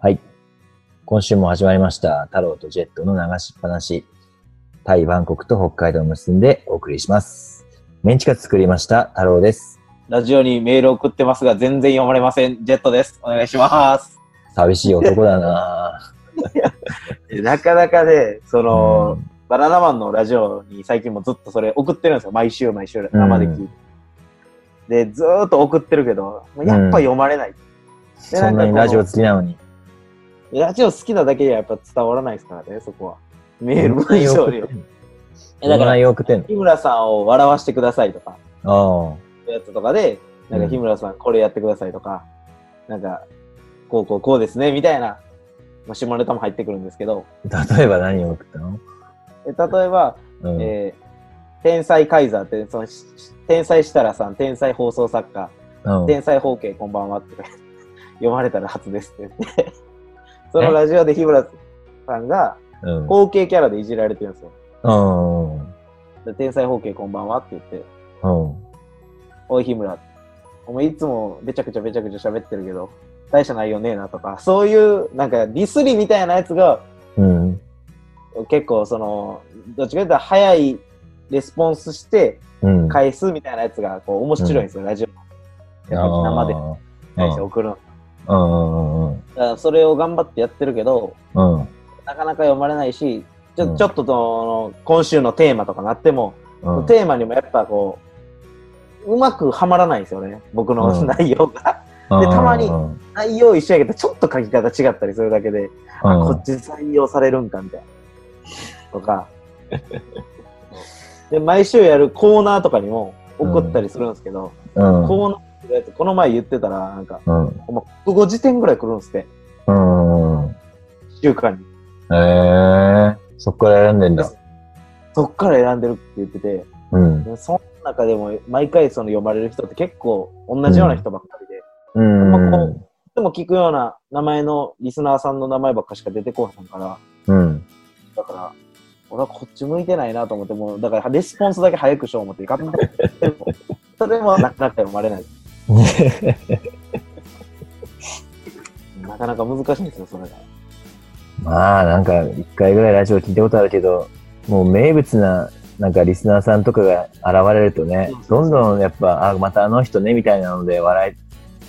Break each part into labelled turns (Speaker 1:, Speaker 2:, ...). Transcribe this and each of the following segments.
Speaker 1: はい。今週も始まりました。太郎とジェットの流しっぱなし。タイ、バンコクと北海道を結んでお送りします。メンチカツ作りました。太郎です。
Speaker 2: ラジオにメール送ってますが、全然読まれません。ジェットです。お願いします。
Speaker 1: 寂しい男だな
Speaker 2: なかなかね、その、
Speaker 1: うん
Speaker 2: バナナマンのラジオに最近もずっとそれ送ってるんですよ。毎週毎週生で聞いて。で、ずーっと送ってるけど、まあやっぱ読まれない。で
Speaker 1: そんなに
Speaker 2: なんかこの
Speaker 1: ラジオ好きなのに。
Speaker 2: ラジオ好きなだけではやっぱ伝わらないですからね、そこは。メー
Speaker 1: ど
Speaker 2: ル
Speaker 1: んな
Speaker 2: 文
Speaker 1: 洋
Speaker 2: 章
Speaker 1: 服
Speaker 2: 量。
Speaker 1: どんな洋服ってんの
Speaker 2: 日村さんを笑わせてくださいとか、
Speaker 1: あ
Speaker 2: やつとかで、なん
Speaker 1: う
Speaker 2: か
Speaker 1: ん
Speaker 2: 日村さんこれやってくださいとか、なんか、こうこうこうですね、みたいな、まあ、下ネタも入ってくるんですけど、
Speaker 1: あ。例えば何を送ったの
Speaker 2: え例えば、
Speaker 1: うん。
Speaker 2: えー天才カイザーって、その、しし天才設楽さん、天才放送作家、
Speaker 1: うん
Speaker 2: 天才包茎こんばんはって、 読まれたら初ですって言って、 そのラジオで日村さんが、
Speaker 1: うん
Speaker 2: 包茎キャラでいじられてるんですよ。
Speaker 1: うん。うん。
Speaker 2: で天才包茎こんばんはって言って、
Speaker 1: うん
Speaker 2: おい日村、お前いつもべちゃくちゃべちゃくちゃ喋ってるけど、大した内容ねえなとか、そういうなんかディスりみたいなやつが
Speaker 1: うん。
Speaker 2: 結構その、どっちかというと早いレスポンスして
Speaker 1: うん。
Speaker 2: 返すみたいなやつがこう面白いんですよ、ラジオの生で返して
Speaker 1: うん
Speaker 2: 送るの。だ
Speaker 1: うんうん
Speaker 2: からそれを頑張ってやってるけど、
Speaker 1: うん。うん。
Speaker 2: なかなか読まれないし、ちょ,、
Speaker 1: うん
Speaker 2: ちょっとその今週のテーマとかなっても、
Speaker 1: うん
Speaker 2: テーマにもやっぱこう、うまくはまらないんですよね、僕
Speaker 1: う
Speaker 2: の
Speaker 1: ん
Speaker 2: 内容が。
Speaker 1: うん
Speaker 2: でたまに
Speaker 1: うん
Speaker 2: 内容一緒やけど、ちょっと書き方違ったりするだけで、あこっち採用されるんかみたいな。と か。で、毎週やるコーナーとかにも送ったりするんですけど、
Speaker 1: うん。
Speaker 2: コーナーってやつこの前言ってたら、なんか、
Speaker 1: うん。
Speaker 2: お前、国語辞典ぐらい来るんすって、
Speaker 1: うん。うん。
Speaker 2: 一週間に。
Speaker 1: へえそっから選んでんだ。
Speaker 2: そっから選んでるって言ってて、
Speaker 1: うん。
Speaker 2: でその中でも毎回その読まれる人って結構同じような人ばっかりで、い
Speaker 1: うん。
Speaker 2: まあこつも聞くような名前のリスナーさんの名前ばっかしか出てこへんから、
Speaker 1: うん。
Speaker 2: だから、俺はこっち向いてないなと思って、もう、だからレスポンスだけ早くしよう思って、ガッてそれもなかなか読 まれない。なかなか難しいんですよ、それが。
Speaker 1: まあ、なんか、一回ぐらいラジオ聞いたことあるけど、もう名物な、なんかリスナーさんとかが現れるとね
Speaker 2: そう、そう
Speaker 1: ど
Speaker 2: そ
Speaker 1: ん
Speaker 2: う
Speaker 1: どんやっぱ、あ、またあの人ね、みたいなので笑い、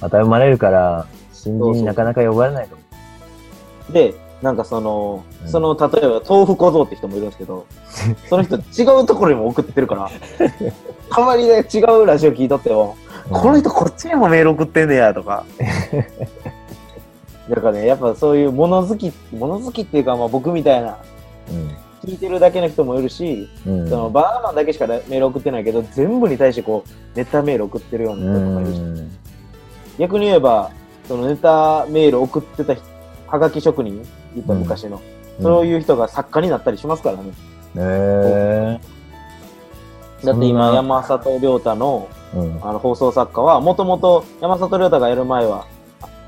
Speaker 1: また生まれるから、新人になかなか呼ばれないと思
Speaker 2: で、なんかその、
Speaker 1: うん
Speaker 2: その、例えば、豆腐小僧って人もいるんですけ ど、その人、違うところにも送ってるから、たまにね、違うラジオ聞いとっても、
Speaker 1: う。
Speaker 2: この人こっちにもメール送ってんねや、とか。なんかね、やっぱそういう物好き、物好きっていうか、まあ僕みたいな、聞いてるだけの人もいるし、
Speaker 1: うん。うん。
Speaker 2: そのバナナマンだけしかメール送ってないけど全部に対してこうネタメール送ってるよう
Speaker 1: う
Speaker 2: な人とかいるし
Speaker 1: ん。
Speaker 2: 逆に言えばそのネタメール送ってた人はがき職人いた昔の、そう
Speaker 1: う
Speaker 2: いう人が作家になったりしますからね、
Speaker 1: ん。へえ。
Speaker 2: だって
Speaker 1: そ
Speaker 2: 今
Speaker 1: んな
Speaker 2: 山里亮太の
Speaker 1: うん。
Speaker 2: あの放送作家はもともと山里亮太がやる前は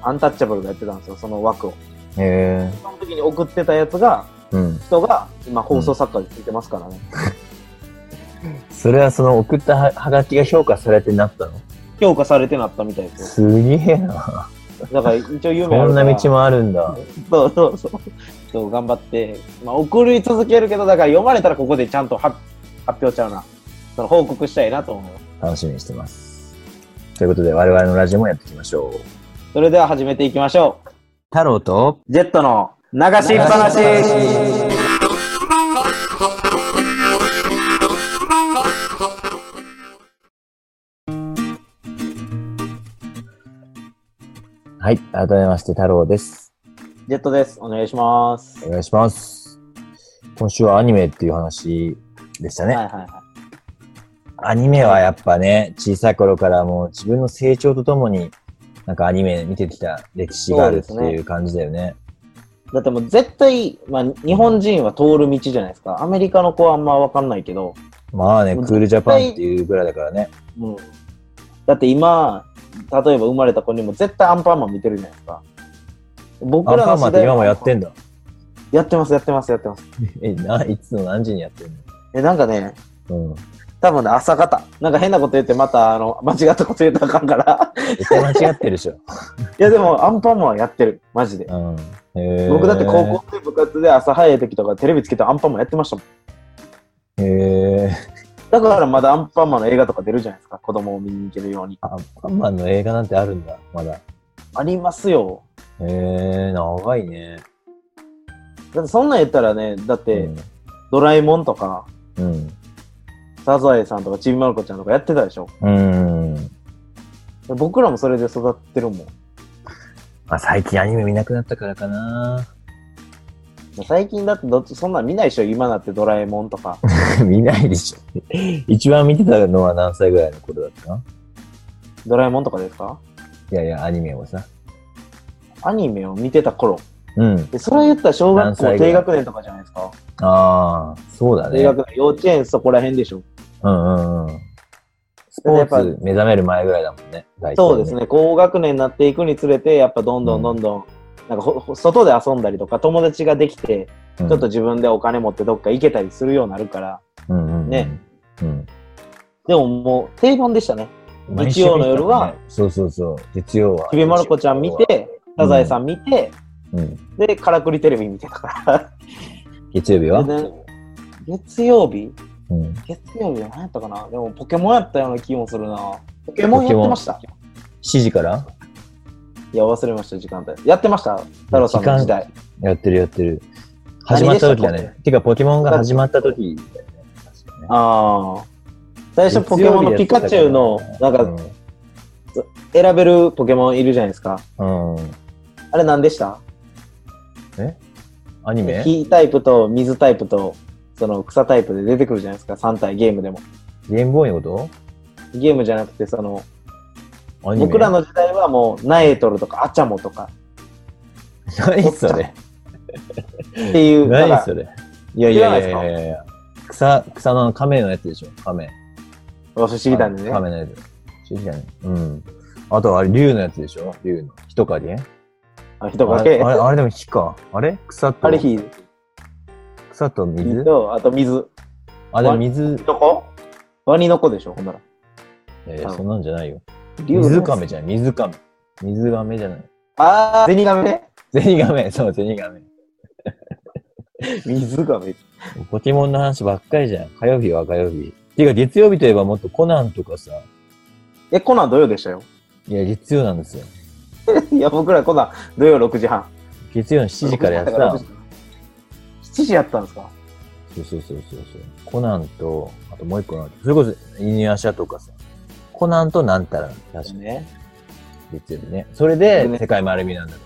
Speaker 2: あアンタッチャブルがやってたんですよその枠を
Speaker 1: へえ。
Speaker 2: その時に送ってたやつが
Speaker 1: うん。
Speaker 2: 人が今放送作家についてますからね、
Speaker 1: それはその送ったははがきが評価されてなったの
Speaker 2: 評価されてなったみたいですよ
Speaker 1: すげえな。
Speaker 2: だから一応有名
Speaker 1: こんな道もあるんだ。
Speaker 2: そうそうそう。そう、頑張って。まあ、送り続けるけど、だから読まれたらここでちゃんと発発表ちゃうな。その報告したいなと思う。
Speaker 1: 楽しみにしてます。ということで、我々のラジオもやっていきましょう。
Speaker 2: それでは始めていきましょ
Speaker 1: 太郎と、
Speaker 2: う。ジェットの流しっぱなし。
Speaker 1: はい、改めまして太郎です。
Speaker 2: ジェットです。お願いします。
Speaker 1: お願いします。今週はアニメっていう話でしたね。
Speaker 2: はいはいは
Speaker 1: アニメはやっぱね、小さい頃からもう自分の成長とともに、なんかアニメ見てきた歴史があるって
Speaker 2: そうで
Speaker 1: い
Speaker 2: す
Speaker 1: う感じだよね。
Speaker 2: い。だってもう絶対、まあ、日本人は通る道じゃないですか。アメリカの子はあんまわかんないけど。
Speaker 1: まあね、
Speaker 2: も
Speaker 1: ク
Speaker 2: う
Speaker 1: ールジャパンっていうぐらいだからね。
Speaker 2: うん。だって今、例えば生まれた子にも絶対アンパンマン見てるじゃないですか。僕
Speaker 1: アン
Speaker 2: ら
Speaker 1: パ
Speaker 2: の
Speaker 1: ンマン
Speaker 2: 世
Speaker 1: って
Speaker 2: 代
Speaker 1: 今
Speaker 2: は
Speaker 1: もやってんだ。
Speaker 2: やってます、やってます、やってます。
Speaker 1: え、な、いつの何時にやってん
Speaker 2: え、なんかね、
Speaker 1: のうん。
Speaker 2: 多分ね、朝方。なんか変なこと言って、また、あの、間違ったこと言ったらあかんから。
Speaker 1: 絶対間違ってるでしょ。
Speaker 2: いや、でも、アンパンマンはやってる。マジで。
Speaker 1: うん。へー
Speaker 2: 僕だって高。校生部活で朝早い時とかテレビつけてアンパンマンやってましたも
Speaker 1: へ
Speaker 2: ん。
Speaker 1: え。
Speaker 2: だからまだアンパンマンの映画とか出るじゃないですか。子供を見に行けるように。
Speaker 1: あ、パンマンの映画なんてあるんだ、まだ。へ
Speaker 2: ありますよ。
Speaker 1: え、長いね。
Speaker 2: だってそんなん言ったらね、だって、ドラえもんとか、
Speaker 1: うん。
Speaker 2: サザエさんとかちびまる子ちゃんとかやってたでしょ。
Speaker 1: うん。うん。
Speaker 2: 僕らもそれで育ってるもん。
Speaker 1: まあ、最近アニメ見なくなったからかな。
Speaker 2: 最近だってどっちそんなん見ないでしょ。今だってドラえもん とか。
Speaker 1: 見ないでしょ。 一番見てたのは何歳ぐらいの頃だったの
Speaker 2: ドラえもんとかですか
Speaker 1: いやいや、アニメをさ。
Speaker 2: アニメを見てた頃。
Speaker 1: うん。
Speaker 2: でそれ言ったら小学
Speaker 1: 何歳ぐ
Speaker 2: 校
Speaker 1: らい
Speaker 2: 低学年とかじゃないですか。
Speaker 1: ああ、そうだ
Speaker 2: 低
Speaker 1: ね。
Speaker 2: 学年、幼稚園そこら辺でしょ。
Speaker 1: うんうんうん。スポ
Speaker 2: だって
Speaker 1: ーツ目覚める前ぐらいだもんね。大体
Speaker 2: そうです。ね、高学年になっていくにつれて、やっぱどんどんどんどん、なんかほほ外で遊んだりとか、友達ができて、
Speaker 1: ちょ
Speaker 2: ちょっと、自分でお金持ってどっか行けたりするようになるから、
Speaker 1: うんうんうん、
Speaker 2: ね。
Speaker 1: うん。
Speaker 2: でももう定番でしたね。日曜の夜は
Speaker 1: 毎週見てたもんね、そうそうそう。月曜は。
Speaker 2: ちびまる子ちゃん見て、サザエさん見て、
Speaker 1: うん。
Speaker 2: で、からくりテレビ見てたか
Speaker 1: 月曜日
Speaker 2: ら。
Speaker 1: は
Speaker 2: で月曜日
Speaker 1: うん。
Speaker 2: 月曜日は何やったかなでもポケモンやったような気もするな。ポケモンやってました
Speaker 1: 7時から
Speaker 2: いや、忘れました、時間帯。やってました太郎さんの時代。
Speaker 1: やってるやってる。
Speaker 2: 何
Speaker 1: 始まった時だ
Speaker 2: でした
Speaker 1: ね。てか、ポケモンが始まった時だよね。確かね
Speaker 2: ああ。最初ポケモンのピカチュウの、なんか、選べるポケモンいるじゃないですか。
Speaker 1: うん。うん
Speaker 2: あれ何でした
Speaker 1: アニメ
Speaker 2: 火タイプと水タイプとその草タイプで出てくるじゃないですか。3体ゲームでも。
Speaker 1: ゲームボーイのこ
Speaker 2: ゲームじゃなくて、その、
Speaker 1: とアニメ
Speaker 2: 僕らの時代はもう、ナエトルとかアチャモとか
Speaker 1: 何それ
Speaker 2: っていう、だか
Speaker 1: 何
Speaker 2: ら
Speaker 1: それいやいやいやい
Speaker 2: 知らな
Speaker 1: やいや草、草の亀のやつでしょ亀。
Speaker 2: 不思議だね。
Speaker 1: 亀のやつ。不思議だね。うん。あと、あれ、竜のやつでしょ竜の。人影
Speaker 2: あ人
Speaker 1: あ
Speaker 2: か
Speaker 1: れ、
Speaker 2: け。
Speaker 1: あれ
Speaker 2: あ
Speaker 1: あれでも火か。あれ草と、
Speaker 2: れ火
Speaker 1: 草と水
Speaker 2: と、あと水。
Speaker 1: あ、でも水、
Speaker 2: どこワニの子でしょ、ほんなら。
Speaker 1: え
Speaker 2: 多分
Speaker 1: そんなんじゃないよ。
Speaker 2: 竜の
Speaker 1: 水亀じゃない。水亀。水亀じゃない。
Speaker 2: あー、ゼニガメね。
Speaker 1: ゼニガメ、 そう、ゼニガメ。
Speaker 2: 水ガメ。
Speaker 1: ポケモンの話ばっかりじゃん。火曜日は火曜日。てか、月曜日といえばもっとコナンとかさ。
Speaker 2: え、コナン土曜でしたよ。
Speaker 1: いや、月曜なんですよ。
Speaker 2: いや、僕らコナン土曜6時半。
Speaker 1: 月曜の7時からやって
Speaker 2: 6
Speaker 1: た。
Speaker 2: 時7時やったんですか
Speaker 1: そうそうそうそうそう。コナンと、あともう一個なんて、それこそ、イニアシャとかさ、コナンとなんたら、確かに
Speaker 2: ね。
Speaker 1: 月曜日ね。それで、
Speaker 2: ね
Speaker 1: 世界丸見えなんだか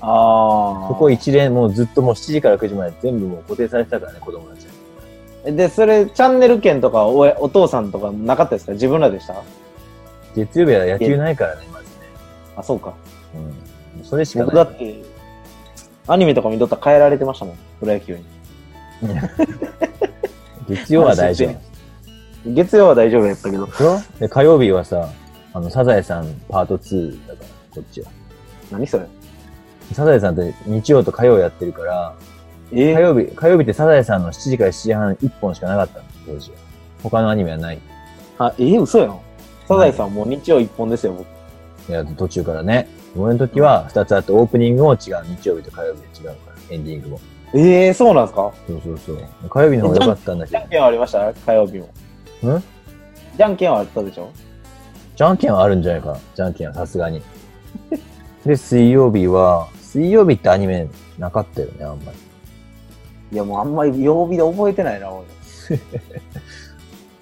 Speaker 1: ら。
Speaker 2: ああ。
Speaker 1: そこ一連、もうずっともう7時から9時まで全部もう固定されてたからね、子供たちは。
Speaker 2: で、それ、チャンネル券とかおやお父さんとかなかったですか自分らでした
Speaker 1: 月曜日は野球ないからね、まずね。
Speaker 2: あ、そうか。
Speaker 1: うん。それしか
Speaker 2: 僕だ
Speaker 1: ない。
Speaker 2: って、アニメとか見とったら変えられてましたもん。プロ野球に。
Speaker 1: 月曜は大丈夫なんです
Speaker 2: 月曜は大丈夫やったけど。
Speaker 1: でしょで、火曜日はさ、あの、サザエさんパート2だから、こっちは。
Speaker 2: 何それ
Speaker 1: サザエさんって日曜と火曜やってるから、
Speaker 2: え
Speaker 1: 火
Speaker 2: ー、
Speaker 1: 曜日、火曜日ってサザエさんの7時から7時半1本しかなかったの、当時は。他のアニメはない。
Speaker 2: あ、えー、嘘やん。サザエさんもう日曜一本ですよ、僕。
Speaker 1: いや、途中からね。俺の時は2つあって、オープニングも違う。日曜日と火曜日で違うから、エンディングも。
Speaker 2: えー、そうなんですか
Speaker 1: そうそうそう。火曜日の方が良かったんだけ
Speaker 2: じ
Speaker 1: ど
Speaker 2: ゃん。けんはありました火曜日も。
Speaker 1: ん
Speaker 2: じゃんけんはあったでしょ
Speaker 1: じゃんけんはあるんじゃないかな。じゃんけんはさすがに。で、水曜日は、水曜日ってアニメなかったよね、あんまり。
Speaker 2: いや、もうあんまり曜日で覚えてないな、俺。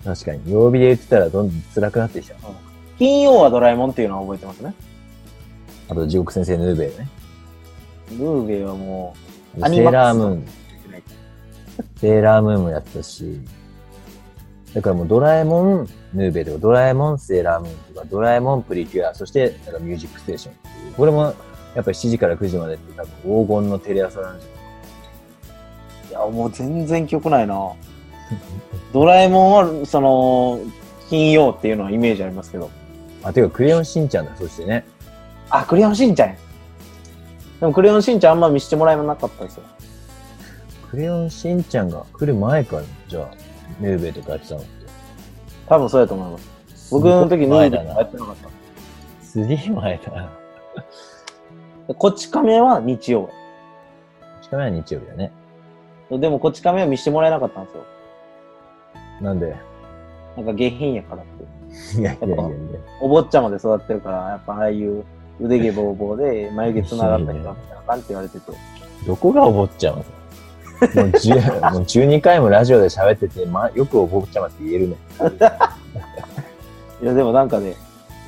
Speaker 1: 確かに。曜日で言ってたらどんどん辛くなってきた。
Speaker 2: 金曜はドラえもんっていうのは覚えてますね。
Speaker 1: あと、地獄先生ヌーベイね。
Speaker 2: ルーベイはも
Speaker 1: セ
Speaker 2: アニマッ
Speaker 1: ー
Speaker 2: クス
Speaker 1: ラームーン。
Speaker 2: う、
Speaker 1: セーラームーンもやったし、だからもうドラえもん、ヌーベル、ドラえもん、セーラームーンとか、ドラえもん、プリキュア、そしてなんかミュージックステーションっていう。これもやっぱり7時から9時までって多分黄金のテレ朝なんじゃない
Speaker 2: いや、もう全然記憶ないな。ドラえもんは、その、金曜っていうのはイメージありますけど。
Speaker 1: あ、てかクレヨンしんちゃんだ、そしてね。
Speaker 2: あ、クレヨンしんちゃんやでもクレヨンしんちゃんあんま見してもらえなかったですよ。
Speaker 1: クレヨンしんちゃんが来る前から、じゃあ、ヌーベルとかやってたのって。
Speaker 2: 多分そうやと思います。僕の時ヌーベルはやってなかった。
Speaker 1: すげえ前だな。
Speaker 2: でこち亀は日曜
Speaker 1: しかも日曜日だね。
Speaker 2: や。でもこち亀は見してもらえなかったんですよ。
Speaker 1: なんで
Speaker 2: なんか下品やからって。
Speaker 1: いやいやいやいや。
Speaker 2: お坊ちゃまで育ってるから、やっぱああいう腕毛ぼうぼうで眉毛繋がったりとかみたいな感じって言われてて。
Speaker 1: どこがお坊ちゃまさんもう十もう12回も ラジオで喋ってて、ま、よくお坊ちゃまって言えるね。
Speaker 2: いや、でもなんかね、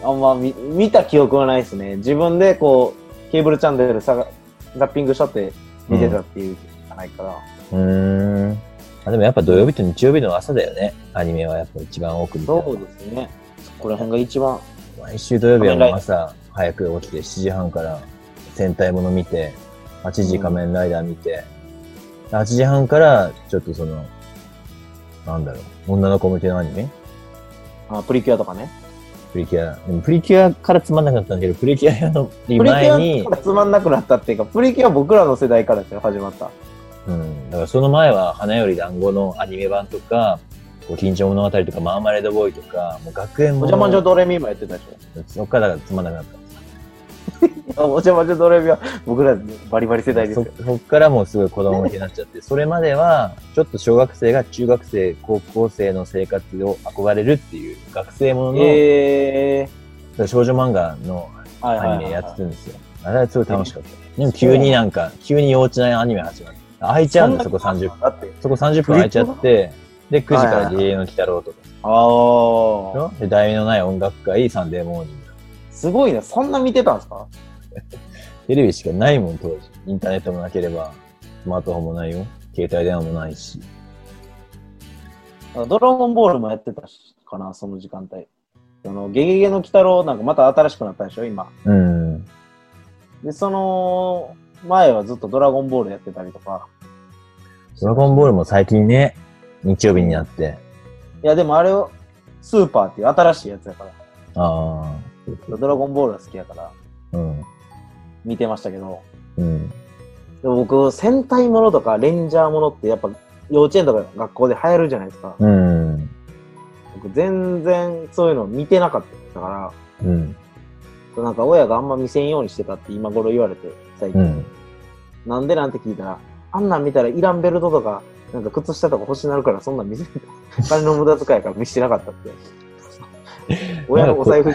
Speaker 2: あんま見見た記憶はないですね。自分でこう、ケーブルチャンネルさがザッピングしちゃって見てたっていうじゃないから。
Speaker 1: うーん。あでもやっぱ土曜日と日曜日の朝だよね。アニメはやっぱ一番多く見た
Speaker 2: そうですね。そこら辺が一番。
Speaker 1: 毎週土曜日はもう朝早く起きて7時半から戦隊もの見て、8時仮面ライダー見て、8時半からちょっとその、なんだろう、女の子向けのアニメ
Speaker 2: あプリキュアとかね。
Speaker 1: プリキュア。でもプリキュアからつまんなかったんだけど、プリキュアの
Speaker 2: プリキ
Speaker 1: 前
Speaker 2: ュ
Speaker 1: に
Speaker 2: アか、らつまんなくなったっていうか、プリキュア僕らの世代からですよ、始まった。
Speaker 1: うん、だからその前は花より団子のアニメ版とか、ご近所物語とか、マーマレードボーイとか、もう学園
Speaker 2: お
Speaker 1: も
Speaker 2: 邪魔女ドレミもやってたでし
Speaker 1: そっからだからつまんなくなった。
Speaker 2: ょ。いやお邪魔女ドレミは僕らバリバリ世代ですよ。
Speaker 1: そそっからもうすごい子供向けになっちゃって、 それまでは、ちょっと小学生が中学生、高校生の生活を憧れるっていう、学生ものの、
Speaker 2: え
Speaker 1: 少女漫画の
Speaker 2: ー。はいはい
Speaker 1: ア
Speaker 2: は
Speaker 1: ニメ
Speaker 2: い
Speaker 1: やってたんですよ。あれはすごい楽しかったね。でも急になんか、急に幼稚なアニメ始まって。開いちゃうんだ、そこ30分。
Speaker 2: だって。
Speaker 1: そこ30分開いちゃって、で、9時から自営の鬼太郎とかでし
Speaker 2: ああ。
Speaker 1: ょ、で、題名のない音楽会、サンデーモーニング。
Speaker 2: すごいね。そんな見てたんですか
Speaker 1: テレビしかないもん、当時。インターネットもなければ、スマートフォンもないよ。携帯電話もないし。
Speaker 2: ドラゴンボールもやってたしかな、その時間帯。あの、ゲゲゲの鬼太郎なんかまた新しくなったでしょ、今。
Speaker 1: うん。
Speaker 2: で、その前はずっとドラゴンボールやってたりとか。
Speaker 1: ドラゴンボールも最近ね、日曜日になって。
Speaker 2: いや、でもあれを、スーパーっていう新しいやつやから。
Speaker 1: あ
Speaker 2: ドラゴンボールが好きやから、
Speaker 1: あ、うん、
Speaker 2: 見てましたけど。
Speaker 1: うん。
Speaker 2: でも僕、戦隊ものとかレンジャーものってやっぱ、幼稚園とか学校で流行るじゃないですか。
Speaker 1: うん。
Speaker 2: 僕、全然そういうの見てなかったか
Speaker 1: うん。
Speaker 2: ら、なんか親があんま見せんようにしてたって今頃言われて、最近。
Speaker 1: うん。
Speaker 2: なんでなんて聞いたら、あんなん見たらいらんベルトとか、なんか靴下とか欲しになるから、そんなん見せない。 お金の無駄遣いやから見してなかったって。親のお財布、い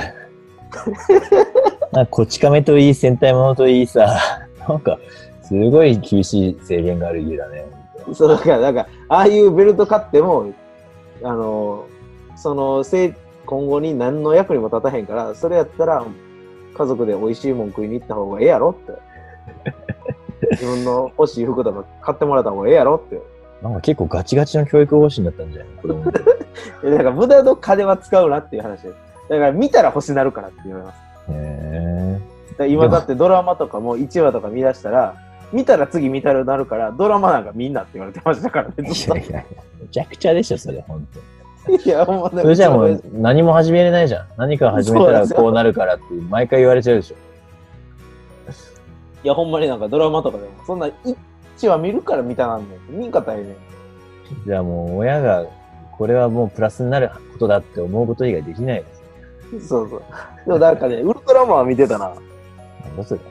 Speaker 1: なんか、こち亀といい、戦隊ものといいさ、 なんか、すごい厳しい制限がある家だね。
Speaker 2: そうだから、なんか、ああいうベルト買っても、あの、その、せい今後に何の役にも立たへんから、それやったら、家族で美味しいもん食いに行った方がええやろって。自分の欲しい服とか買ってもらった方がええやろって。
Speaker 1: なんか結構ガチガチの教育方針だったんじゃない子供の頃
Speaker 2: いやだから無駄の金は使うなっていう話です。だから見たら欲しなるからって言われます。
Speaker 1: へえ。
Speaker 2: だから今だってドラマとかも1話とか見出したら、見たら次見たらなるから、ドラマなんか見んなって言われてましたからね、ずっ
Speaker 1: いやいや、めちゃくちゃでしょ、それ、ほんと。
Speaker 2: と。いや、もうね
Speaker 1: それじゃあもう何も始めれないじゃん。何か始めたらこうなるからって、毎回言われちゃうでしょ。
Speaker 2: いや、ほんまになんかドラマとかでも、そんな1話見るから見たなんねん。見んかったらええねん。
Speaker 1: じゃあもう親が、これはもうプラスになることだって思うこと以外できないです。
Speaker 2: そうそう。でもなんかね、 ウルトラマンは見てたな。
Speaker 1: なんだそれ。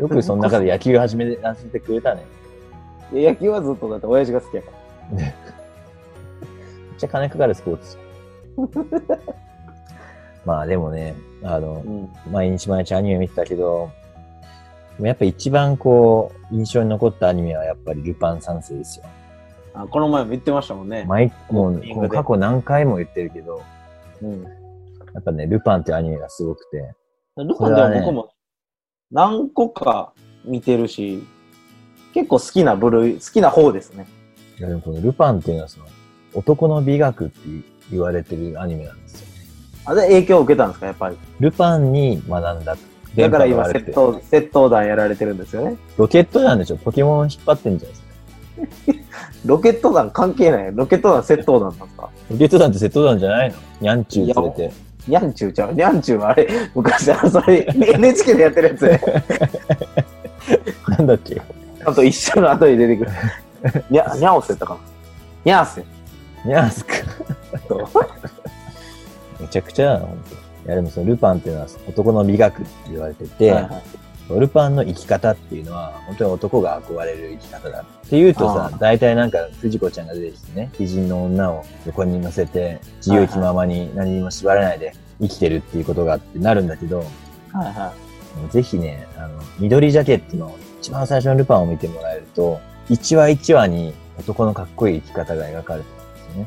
Speaker 1: よくその中で野球始めさせてくれたね。
Speaker 2: いや野球はずっとだって親父が好きやから。
Speaker 1: めっちゃ金かかるスポー ツ。まあでもね、あの
Speaker 2: う、ん。
Speaker 1: 毎日毎日アニメ見てたけど、でもやっぱ一番こう、印象に残ったアニメはやっぱりルパン三世ですよ。
Speaker 2: あこの前も言ってましたもんね。
Speaker 1: 毎、も
Speaker 2: オー
Speaker 1: う
Speaker 2: プニン
Speaker 1: こ
Speaker 2: グ
Speaker 1: う
Speaker 2: で
Speaker 1: 過去何回も言ってるけど、
Speaker 2: うん。
Speaker 1: やっぱね、ルパンっていうアニメがすごくて、
Speaker 2: ルパンでは僕も何個か見てるし、結構好きな部類、好きな方ですね。
Speaker 1: いやでもこのルパンっていうのはその、男の美学って言われてるアニメなんですよ。
Speaker 2: あれ影響を受けたんですか、やっぱり。
Speaker 1: ルパンに学んだ。
Speaker 2: だから今、
Speaker 1: 伝
Speaker 2: 窃
Speaker 1: 播が悪
Speaker 2: 盗、窃盗団やられてるんですよね。
Speaker 1: くてロケットなんでしょポケモン引っ張ってんじゃないですか。
Speaker 2: ロケット団関係ない。ロケット団窃盗団なんですか
Speaker 1: ロケット団って窃盗団じゃないのニャンチュー連れて。
Speaker 2: ニャンチューちゃうニャンチューはあれ、昔、あの、それ、NHK でやってるやつね。
Speaker 1: なんだっけ
Speaker 2: あと一緒の後に出てくる。ニャ、ニャオスやったかなニャース。
Speaker 1: ニャースか。めちゃくちゃなの、本当いや、でもそのルパンっていうのは男の美学って言われてて、
Speaker 2: はいはい
Speaker 1: ルパンの生き方っていうのは、本当に男が憧れる生き方だっていうとさ
Speaker 2: あ、ー
Speaker 1: 大体なんか、藤子ちゃんが出てきてね、美人の女を横に乗せて、自由気ままに何にも縛らないで生きてるっていうことがあってなるんだけど、
Speaker 2: はいは
Speaker 1: ぜひね、あの、緑ジャケットの一番最初のルパンを見てもらえると、一話一話に男のかっこいい生き方が描かれてるんですよね。
Speaker 2: い。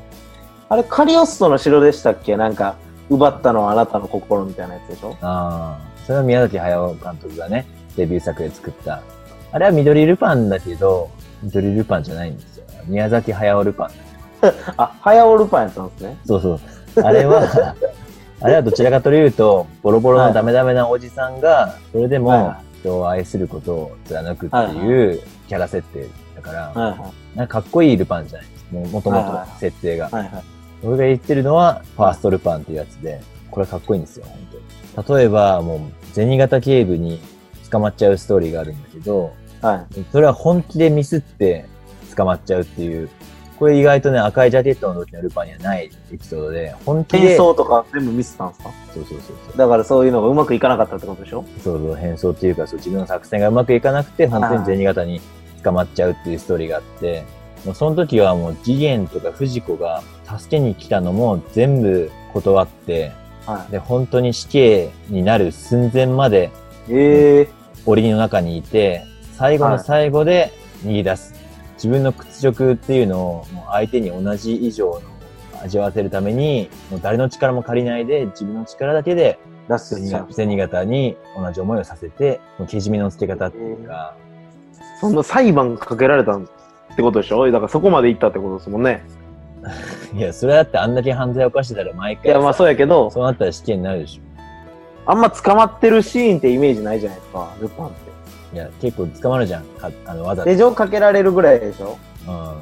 Speaker 2: あれ、カリオストの城でしたっけなんか、奪ったのはあなたの心みたいなやつでしょ
Speaker 1: ああ、それは宮崎駿監督がね、デビュー作で作った。あれは緑ルパンだけど、緑ルパンじゃないんですよ。宮崎駿ルパン。
Speaker 2: あ、早尾ルパンやったんですね。
Speaker 1: そうそう。あれは、 あれはどちらかというと、ボロボロのダメダメなおじさんが、それでも
Speaker 2: は
Speaker 1: 人を愛することを貫くっていうキャラ設定だから、
Speaker 2: はいは
Speaker 1: なんかかっこいいルパンじゃないですももとも
Speaker 2: はいはいは
Speaker 1: と設定が
Speaker 2: い。。はいはい。
Speaker 1: 俺が言ってるのは、ファーストルパンっていうやつで、これかっこいいんですよ、本当に。例えば、もう、銭形警部に捕まっちゃうストーリーがあるんだけど、
Speaker 2: はい。
Speaker 1: それは本気でミスって捕まっちゃうっていう、これ意外とね、赤いジャケットの時のルパンにはないエピソードで、本気で、
Speaker 2: 転
Speaker 1: そう
Speaker 2: 送とか全部見せたんですか
Speaker 1: そうそうそう。
Speaker 2: だからそういうのがうまくいかなかったってことでしょ
Speaker 1: そうそう変装っていうかそう自分の作戦がうまくいかなくて本当に銭形に捕まっちゃうっていうストーリーがあってもうその時はもう次元とか藤子が助けに来たのも全部断って
Speaker 2: はい。
Speaker 1: で本当に死刑になる寸前まで
Speaker 2: ええ
Speaker 1: 檻の中にいて最後の最後で逃げ出す、自分の屈辱っていうのをもう相手に同じ以上の味わわせるためにもう誰の力も借りないで自分の力だけで
Speaker 2: ラストしちゃう。
Speaker 1: 銭形に同じ思いをさせて、もうけじめのつけ方っていうか、
Speaker 2: そんな裁判かけられたんってことでしょだからそこまで行ったってことですもんね。
Speaker 1: いや、それだってあんだけ犯罪を犯してたら毎
Speaker 2: い
Speaker 1: 回さ、
Speaker 2: や、まあそうやけど、
Speaker 1: そうなったら死刑になるでし
Speaker 2: あんま捕まってるシーンってイメージないじゃないですか、ルパンって。
Speaker 1: ょ。いや、結構捕まるじゃん、かあのわざと。う
Speaker 2: 手錠かけられるぐらいでしょ
Speaker 1: ん。わ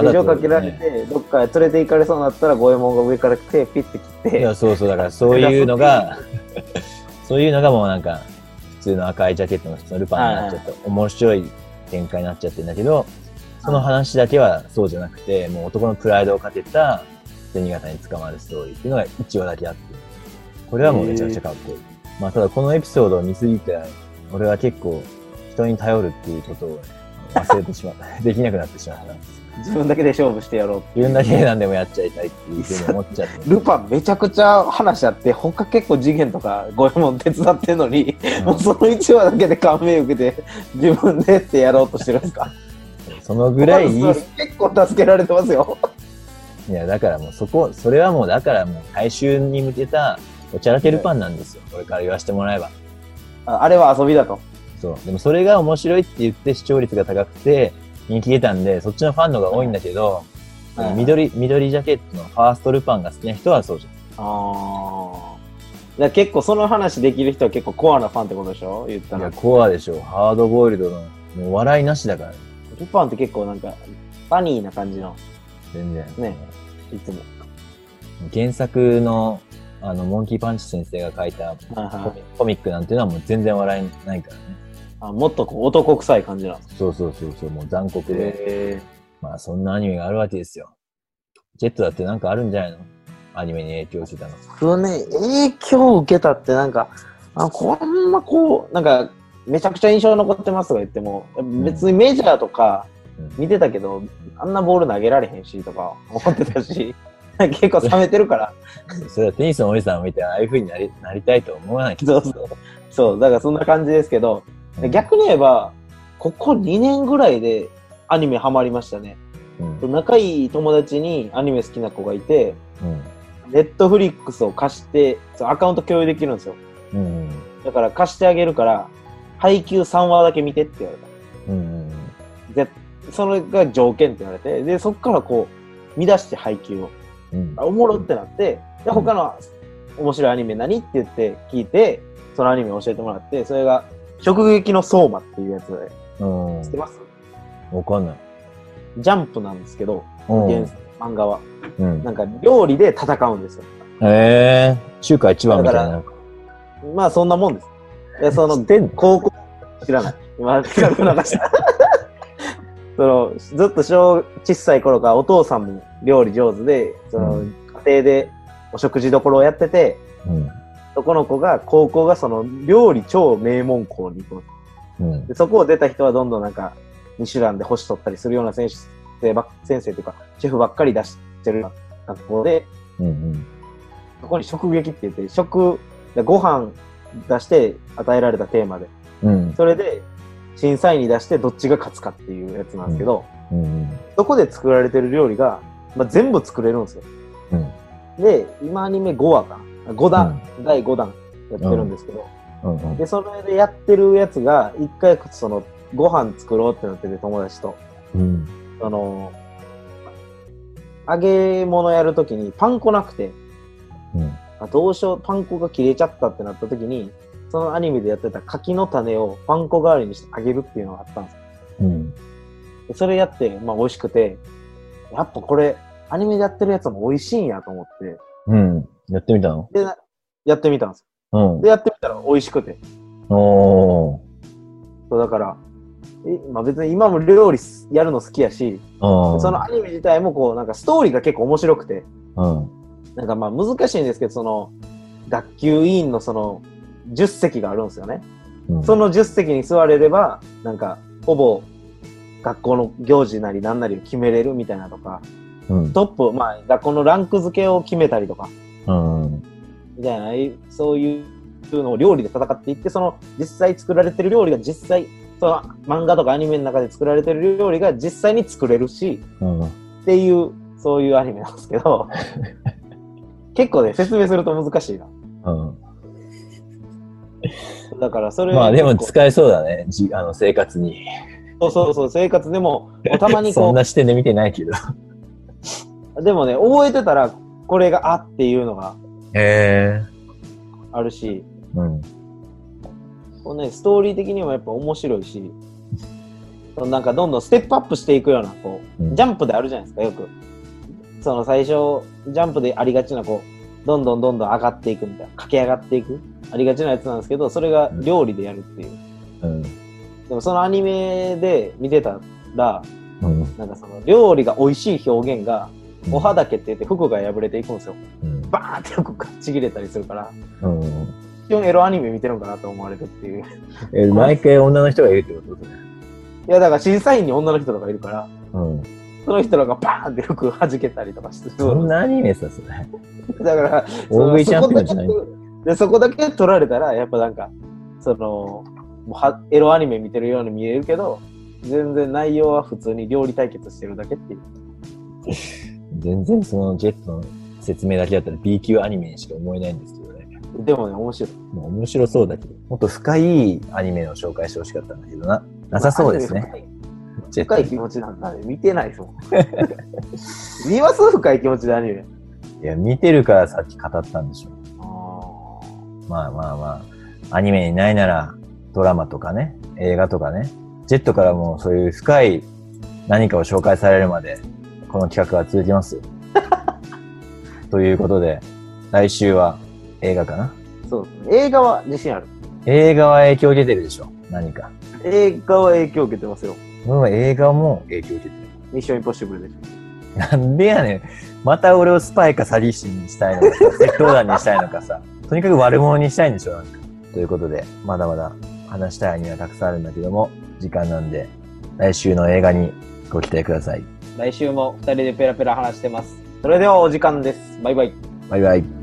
Speaker 2: 手
Speaker 1: ざ
Speaker 2: 錠
Speaker 1: と
Speaker 2: かけられ
Speaker 1: ね。
Speaker 2: て、どっかへ連れて行かれそうになったら、五右衛門が上から手ピッて切っ
Speaker 1: い
Speaker 2: て、
Speaker 1: や、そうそう、だからそういうの が、そういうのがもうなんか、普通の赤いジャケットの普通のルパンになっちゃって、面白い展開になっちゃってんだけど、その話だけはそうじゃなくて、もう男のプライドをかけた銭形に捕まるストーリーっていうのが1話だけあって、これはもうめちゃくちゃかっこいい。まあただこのエピソードを見すぎて、俺は結構人に頼るっていうことを忘れてしまった。 できなくなってしまった。
Speaker 2: 自分だけで勝負してやろうってい
Speaker 1: 自
Speaker 2: う
Speaker 1: 分だけで何でもやっちゃいたいっていうふうに思っちゃって。
Speaker 2: ルパンめちゃくちゃ話あって、他結構次元とか五右衛門手伝ってんのに、
Speaker 1: うん
Speaker 2: もうその一話だけで感銘受けて、自分でってやろうとしてるんです か
Speaker 1: そのぐらいい
Speaker 2: 他の
Speaker 1: い
Speaker 2: ストー リー結構助けられてますよ。
Speaker 1: いや、だからもうそこ、それはもうだからもう大衆に向けたおちゃらけルパンなんですよ。これから言わせてもらえば。
Speaker 2: ああれは遊びだと。
Speaker 1: そう。でもそれが面白いって言って視聴率が高くて人気出たんで、そっちのファンの方が多いんだけど、
Speaker 2: はいはい
Speaker 1: 緑、緑ジャケットのファーストルパンが好きな人はそうじゃん。
Speaker 2: ああ。だから結構その話できる人は結構コアなファンってことでしょ言った
Speaker 1: い
Speaker 2: ら
Speaker 1: や、。コアでしょ。ハードボイルドの、もう笑いなしだから、
Speaker 2: ルパンって結構なんか、ファニーな感じの、
Speaker 1: 全然。
Speaker 2: ねいつも。
Speaker 1: 原作の、あの、モンキーパンチ先生が書いた
Speaker 2: はい
Speaker 1: コ
Speaker 2: は
Speaker 1: ミ
Speaker 2: い
Speaker 1: コミックなんていうのはもう全然笑いないからね。
Speaker 2: あもっとこう男臭い感じなんです
Speaker 1: そうそうそうそう、もう残酷
Speaker 2: ね
Speaker 1: で。まあそんなアニメがあるわけですよ。ジェットだってなんかあるんじゃないのアニメに影響してたの。
Speaker 2: 僕はね、影響を受けたってなんか、あこんなこう、なんか、めちゃくちゃ印象残ってますとか言っても、別にメジャーとか
Speaker 1: うん
Speaker 2: 見てたけど、あんなボール投げられへんしとか思ってたし、 結構冷めてるから、
Speaker 1: それはテニスのおじさんを見てああいう風になりなりたいと思わないけど。
Speaker 2: そうそう。そう、だからそんな感じですけど、
Speaker 1: うん、
Speaker 2: 逆に言えば、ここ2年ぐらいでアニメハマりましたね。
Speaker 1: うん
Speaker 2: 仲いい友達にアニメ好きな子がいて、
Speaker 1: うん。
Speaker 2: ネットフリックスを貸して、そうアカウント共有できるんですよ。
Speaker 1: うん。
Speaker 2: だから貸してあげるから、配給3話だけ見てって言われ
Speaker 1: うん。うん。
Speaker 2: た。で、それが条件って言われて、で、そっからこう、見出して配給を。
Speaker 1: うん
Speaker 2: あおもろってなって、で、
Speaker 1: うん
Speaker 2: 他の面白いアニメ何って言って聞いて、そのアニメ教えてもらって、それが、直撃の相馬っていうやつ
Speaker 1: う
Speaker 2: で、
Speaker 1: ん。
Speaker 2: 知ってます
Speaker 1: わかんない。
Speaker 2: ジャンプなんですけど、
Speaker 1: うん
Speaker 2: 原漫画は。
Speaker 1: うん。
Speaker 2: なんか、料理で戦うんですよ。
Speaker 1: へえ中華一番みたいな。なんか
Speaker 2: まあそんなもんです。でその、で高校、知らない。今、企画流した。 その、ずっと小、小さい頃からお父さんも料理上手で、その、
Speaker 1: う
Speaker 2: 家庭でお食事処をやってて、
Speaker 1: うん。
Speaker 2: 男の子が、高校がその料理超名門校に行くの
Speaker 1: うん。
Speaker 2: でそこを出た人はどんどんなんか、ミシュランで星取ったりするような選手ば、先生というか、シェフばっかり出してる学校で、
Speaker 1: うん。うん。
Speaker 2: そこに食撃って言って、食、ご飯出して与えられたテーマで、
Speaker 1: うん。
Speaker 2: それで審査員に出してどっちが勝つかっていうやつなんですけど、
Speaker 1: うん。
Speaker 2: そこで作られてる料理が、まあ、全部作れるんですよ。
Speaker 1: うん。
Speaker 2: で、今アニメ5話かな。5段、第5弾やってるんですけど、
Speaker 1: うん。うん。
Speaker 2: で、それでやってるやつが、一回その、ご飯作ろうってなってて、友達と。
Speaker 1: うん。
Speaker 2: あの、揚げ物やるときにパン粉なくて、
Speaker 1: うん。
Speaker 2: あどうしよう、パン粉が切れちゃったってなったときに、そのアニメでやってた柿の種をパン粉代わりにして揚げるっていうのがあったんですよ
Speaker 1: うん。
Speaker 2: でそれやって、まあ美味しくて、やっぱこれ、アニメでやってるやつも美味しいんやと思って、
Speaker 1: うん。やってみたの
Speaker 2: で、なやってみたんです
Speaker 1: うん
Speaker 2: よ。で、。やってみたら美味しくて。
Speaker 1: おー。
Speaker 2: そうだから、えまあ別に今も料理すやるの好きやし、
Speaker 1: うん。
Speaker 2: そのアニメ自体もこう、なんかストーリーが結構面白くて、
Speaker 1: うん。
Speaker 2: なんかまあ難しいんですけど、その、学級委員のその、10席があるんですよね。
Speaker 1: うん。
Speaker 2: その10席に座れれば、なんか、ほぼ、学校の行事なり何なりを決めれるみたいなとか、
Speaker 1: うん。
Speaker 2: トップ、まあ、学校のランク付けを決めたりとか、
Speaker 1: うん。
Speaker 2: みたいなあい、そういうのを料理で戦っていって、その実際作られてる料理が実際、その漫画とかアニメの中で作られてる料理が実際に作れるし、
Speaker 1: うん。
Speaker 2: っていう、そういうアニメなんですけど、結構ね、説明すると難しいな。
Speaker 1: うん。
Speaker 2: だからそれ
Speaker 1: まあでも
Speaker 2: 結構
Speaker 1: 使えそうだね。じあの生活に。
Speaker 2: そうそうそう、生活でも、 もうたまに
Speaker 1: そ
Speaker 2: こ
Speaker 1: んな視点で見てないけど。
Speaker 2: う、でもね、覚えてたら、これがあっていうのが
Speaker 1: へえ。
Speaker 2: あるし、
Speaker 1: うん。
Speaker 2: こうね、ストーリー的にもやっぱ面白いし、そのなんかどんどんステップアップしていくような、こう、
Speaker 1: うん
Speaker 2: ジャンプであるじゃないですか、よく。その最初、ジャンプでありがちな、こう、どんどんどんどん上がっていくみたいな、駆け上がっていく、ありがちなやつなんですけど、それが料理でやるっていう。
Speaker 1: うん。
Speaker 2: でもそのアニメで見てたら、
Speaker 1: うん。
Speaker 2: なんかその料理が美味しい表現が、おは。だけって言って服が破れていくんですよ。
Speaker 1: うん。
Speaker 2: バーンって服がちぎれたりするから、
Speaker 1: うん。
Speaker 2: 基本エロアニメ見てるんかなと思われるっていう。
Speaker 1: え、毎回女の人がいるってこと
Speaker 2: いや、だから審査員に女の人とかいるから、
Speaker 1: うん。
Speaker 2: その人らがバーンって服弾けたりとかして
Speaker 1: そんなアニメさ、それ。
Speaker 2: だから、
Speaker 1: 大食いチャンピオンじゃ
Speaker 2: そ
Speaker 1: ない
Speaker 2: こだけでそこだけ取られたら、やっぱなんか、その、もうはエロアニメ見てるように見えるけど、全然内容は普通に料理対決してるだけっていう。
Speaker 1: 全然そのジェットの説明だけだったら B 級アニメにしか思えないんですけどね。
Speaker 2: でもね、面白い。
Speaker 1: まあ面白そうだけど。もっと深いアニメの紹介してほしかったんだけどな。なさそうですね。
Speaker 2: 深い。
Speaker 1: ジェット
Speaker 2: 深い気持ちなんだね。見てないですもん。 見ます深い気持ちでアニメ。
Speaker 1: いや、見てるからさっき語ったんでしょ。
Speaker 2: あー
Speaker 1: まあまあまあ、アニメにないならドラマとかね、映画とかね、ジェットからもそういう深い何かを紹介されるまで、この企画は続きます。ということで、来週は映画かな
Speaker 2: そうですね。映画は自信ある。
Speaker 1: 映画は影響受けてるでしょ何か。
Speaker 2: 映画は影響を受けてますよ。
Speaker 1: 俺は映画も影響受けてる。
Speaker 2: ミッションインポッシブルでし
Speaker 1: なんでやねん。また俺をスパイか詐欺師にしたいのかさ、窃盗団にしたいのかさ、とにかく悪者にしたいんでしょ、なんか。ということで、まだまだ話したいにはたくさんあるんだけども、時間なんで、来週の映画にご期待ください。
Speaker 2: 来週も二人でペラペラ話してます。それではお時間です。バイバイ。
Speaker 1: バイバイ。